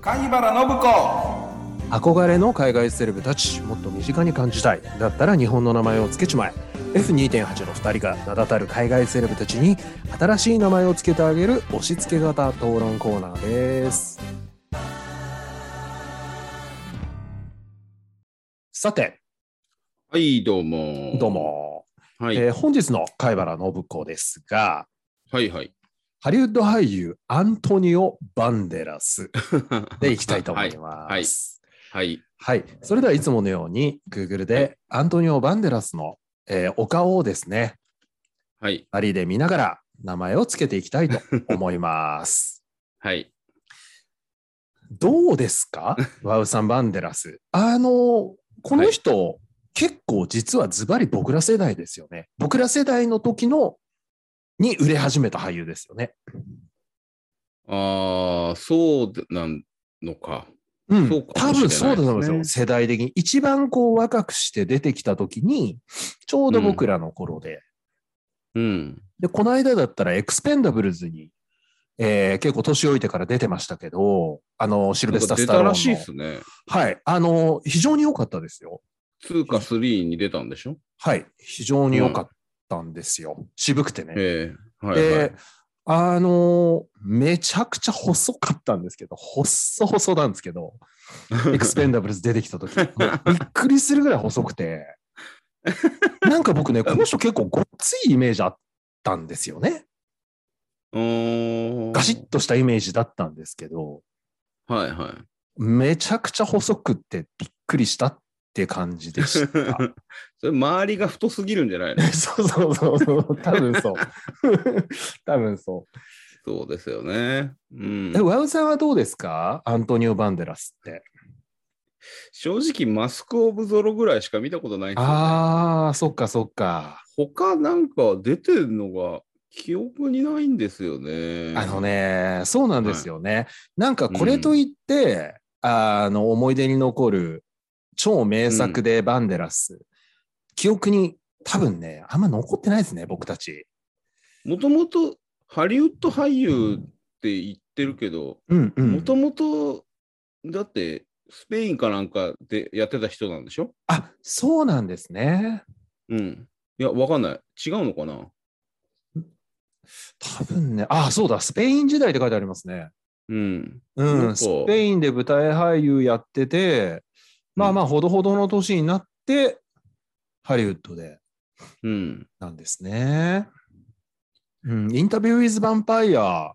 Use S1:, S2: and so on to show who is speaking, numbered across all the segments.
S1: 貝原信子
S2: 憧れの海外セレブたちもっと身近に感じたいだったら日本の名前を付けちまえ F2.8 の2人が名だたる海外セレブたちに新しい名前を付けてあげる押し付け型討論コーナーですさて
S3: はい、どうも。
S2: どう。も、
S3: はい、
S2: えー本日の貝原信子ですが
S3: はい、はい。
S2: ハリウッド俳優アントニオ・バンデラスでいきたいと 思います。
S3: はい、
S2: はい。それではいつものように Google でアントニオ・バンデラスの、えーお顔をですね、
S3: はい、
S2: 二人で見ながら名前をつけていきたい と思います。
S3: はい。
S2: どうですかワウさん・バンデラス。あの、この人、結構実はズバリ僕ら世代ですよね。僕ら世代の時のに売れ始めた俳優ですよね。
S3: ああ、そうなんのか。
S2: うん、
S3: そうか
S2: 多
S3: もしれない
S2: 分
S3: です
S2: そう
S3: ね
S2: だと思いますよ。世代的に。一番こう若くして出てきた時に、ちょうど僕らの頃で、
S3: うん。
S2: で、この間だったらエクスペンダブルズに、えー結構年老いてから出てましたけど、あの、シルベスタ・ス
S3: 出
S2: タ
S3: た
S2: ローンの
S3: らしいですね。
S2: はい。あの、非常に良かったですよ。
S3: 2か3に出たんでしょ
S2: はい。非常に良かったんですよ。渋くてね。
S3: ええはい、はい
S2: で、あの、めちゃくちゃ細かったんですけど、細細なんですけ ど、エクスペンダブルズ出てきた時、もうびっくりするぐらい細くて、なんか僕ね、この人結構ごっついイメージあったんですよね。
S3: うーん。
S2: ガシッとしたイメージだったんですけど、
S3: はい、はい。。
S2: めちゃくちゃ細くってびっくりしたって感じでした
S3: それ、周りが太すぎるんじゃないの
S2: そうそうそうそう、多分 そう。多分そ
S3: そうですよね。うん
S2: う。え、。ワウさんはどうですかアントニオ・バンデラスって。
S3: 正直、マスク・オブ・ゾロぐらいしか見たことないんですよ、ね。
S2: ああ、そっかそっか。
S3: 他なんか出てるのが記憶にないんですよね。
S2: あのね、そうなんですよね。なんかこれといって、あの、思い出に残る超名作でバンデラス、記憶に多分ね、あんま残ってないですね、僕たち。
S3: もともとハリウッド俳優って言ってるけど、
S2: うんうん。
S3: もともとだってスペインかなんかでやってた人なんでしょ
S2: あ、そうなんですね。
S3: うん。いや、わかんない。違うのかな
S2: 多分ね、あ、そうだ、スペイン時代って書いてありますね。
S3: うん。
S2: う
S3: なん
S2: ん、
S3: か
S2: スペインで舞台俳優やってて、まあまあ、ほどほどの年になって、ハリウッドで
S3: うん。
S2: なんですね。うん、インタビュー・ウィズ・ヴァンパイア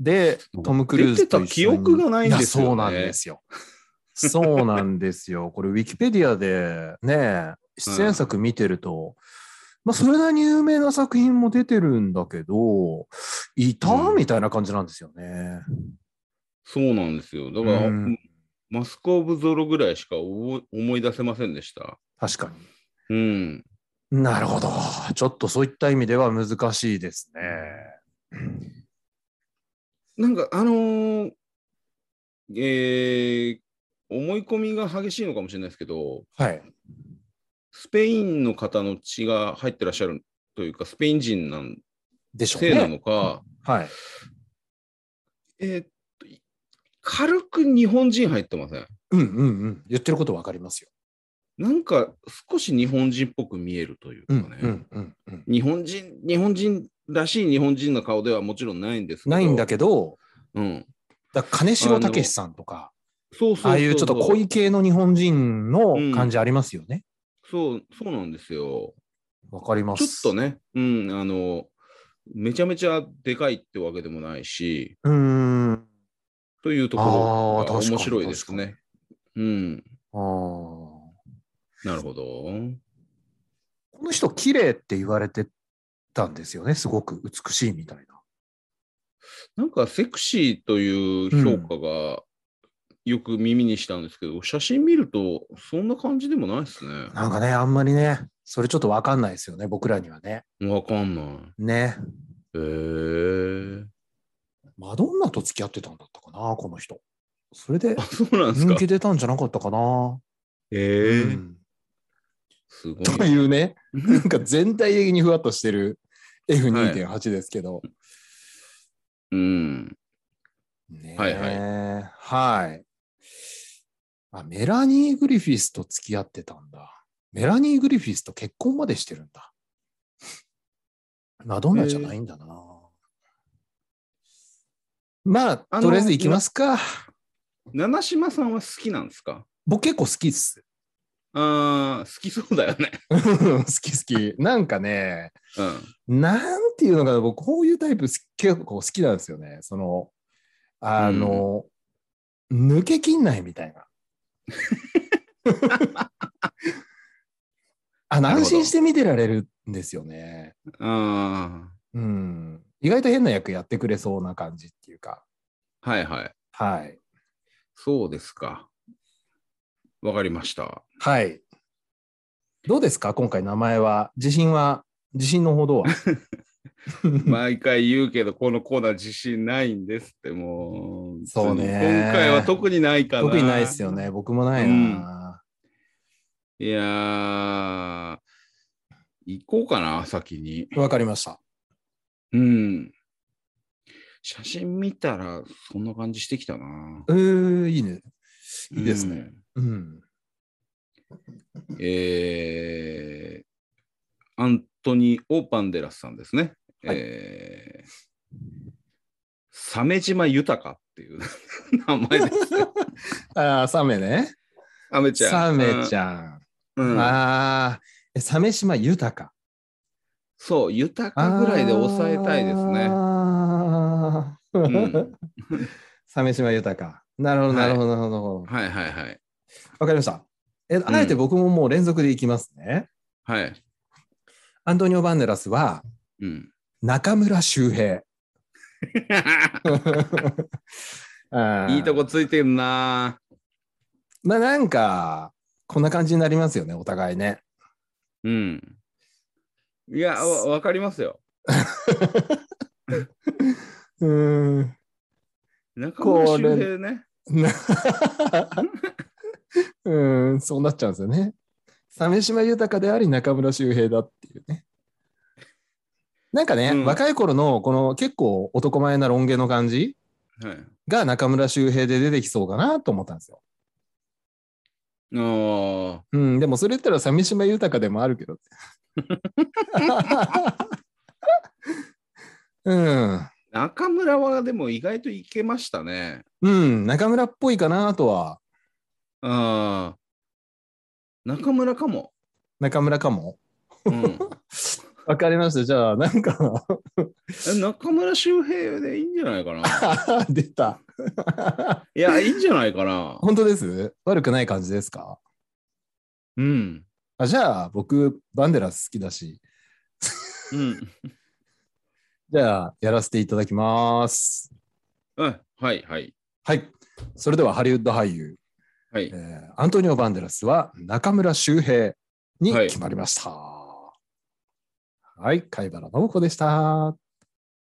S2: で、トム・クルーズと一緒に
S3: 出てた記憶がないんですよね
S2: やそうなんですよ。そうなんですよ。これ、ウィキペディアでね、出演作見てると、まあ、それなりに有名な作品も出てるんだけど、いた、
S3: うん
S2: みたいな感じなんですよね。
S3: そうなんですよ。だから、
S2: うん
S3: マスク・オブ・ゾロぐらいしか思い思い出せませんでした。
S2: 確か
S3: う
S2: に。
S3: ん。
S2: なるほど。ちょっとそういった意味では難しいですね。
S3: なんか、あのーえー思い込みが激しいのかもしれないですけど、
S2: はい。
S3: スペインの方の血が入ってらっしゃるというか、スペイン人なん
S2: でしょう
S3: せいな
S2: ね。
S3: のか、
S2: はい。
S3: えーっと、い軽く日本人入ってません。
S2: うんうんうん。言ってることわかりますよ。
S3: なんか少し日本人っぽく見えるというか
S2: う
S3: ね、
S2: んうんうんうん。
S3: 日本人、日本人らしい日本人の顔ではもちろんないんですけど、
S2: ないんだけど、
S3: うん、
S2: だ金城武さんとか、
S3: そうそうそう
S2: ああいうちょっと濃い系の日本人の感じありますよね。
S3: そう、そうなんですよ。
S2: わ、かりま
S3: ちょっ
S2: す。
S3: と。ね、うん、あの、めちゃめちゃでかいってわけでもないし、
S2: うーん。あ
S3: というとこ
S2: あー
S3: ろが
S2: 確かに
S3: 面白いですね。うん、
S2: あ。こ
S3: なるほど。
S2: の人、綺麗って言われてたんですよね。すごく美しいみたいな。
S3: なんかセクシーという評価がよく耳にしたんですけど、写真見るとそんな感じでもないですね。
S2: なんかね、あんまりね、それちょっとわかんないですよね。僕らにはね。
S3: わかんない。
S2: ね。
S3: へえー。
S2: マドンナと付き合ってたんだったかな、この人。それで
S3: あ、そうなんです
S2: 人
S3: か。
S2: 気出たんじゃなかったかな。
S3: え
S2: う
S3: ー、
S2: ん
S3: すごい。
S2: と いうね、なんか全体的にふわっとしてる F2.8 ですけど。
S3: うん。
S2: ねえ
S3: はい
S2: はい。あ、メラニー・グリフィスと付き合ってたんだ。メラニー・グリフィスと結婚までしてるんだ。マドンナじゃないんだな。まあ、
S3: あの
S2: とりあえず行きますか。
S3: 七島さんは好きなんですか
S2: 僕結構好きっす。
S3: あー好きそうだよね。
S2: 好き好き。なんかね、
S3: うん。
S2: なんていうのかな、僕、こういうタイプ好き結構好きなんですよね。その、あの、抜けきんないみたいな。 あの
S3: なるほど
S2: 安心して見てられるんですよね。
S3: あ
S2: うん。意外と変な役やってくれそうな感じっていうか。
S3: あ、はいはい。
S2: はい。
S3: そうですか。わかりま した。
S2: はい。どうですか今回名前は。自信は、自信のほどは。
S3: 毎回言うけど、このコーナー自信ないんですって、もう。
S2: そうね
S3: 今回は特にないかな。
S2: 特にないですよね。僕もないな。
S3: いやー、行こうかな、先に。
S2: わ、かりました。
S3: うん。写真見たら、そんな感じしてきたな。
S2: うー、いいね。いいですね。うん。
S3: うん。えー、アントニオ・パンデラスさんですね。
S2: はい
S3: えー鮫島豊っていう 名前です。
S2: ああ、サメね。
S3: サメちゃん。
S2: サメちゃ
S3: ゃん。
S2: ん。
S3: うん
S2: ああ、えサメ島豊か。
S3: そう、豊かぐらいで抑えたいですね。
S2: あー
S3: ん
S2: サメ島豊か。なるほど、
S3: はい
S2: なるほど、なるほど。わ、
S3: はいはいはい。
S2: かりました。え、あえて僕ももう連続でいきますね。
S3: はい。
S2: アントニオ・バンデラスは
S3: うん。
S2: 中村修 平。あー
S3: いいとこついてるな
S2: まあなんか、こんな感じになりますよね、お互いね。
S3: うん。いや、わわかりますよ。
S2: うーん。
S3: 中村周平ね。
S2: なうーん、そうなっちゃうんですよね。鮫島豊であり中村修平だっていうね。なんかね、
S3: うん
S2: 若い頃のこの結構男前なロン毛の感じ
S3: はい。
S2: が中村修平で出てきそうかなと思ったんですよ。
S3: あ
S2: うん、でもそれ言ったら鮫島豊でもあるけど。うん、
S3: あ、中村はでも意外といけましたね。
S2: うん、中村っぽいかなとは、
S3: ああ。中村かも。
S2: 中村かも。
S3: うん、
S2: わかりました。じゃあ、なんか、
S3: え中村周平でいいんじゃないかな。
S2: 出た。
S3: いや、いいんじゃないかな。
S2: 本当です悪くない感じですか
S3: うん。
S2: あじゃあ、僕、バンデラス好きだし、
S3: うん。
S2: じゃあ、やらせていただきます。
S3: うんはいはい。
S2: はい。それでは、ハリウッド俳優、
S3: はい
S2: え。ーアントニオ・バンデラスは中村修平に
S3: はい
S2: 決まりました。はい、貝原信子でした。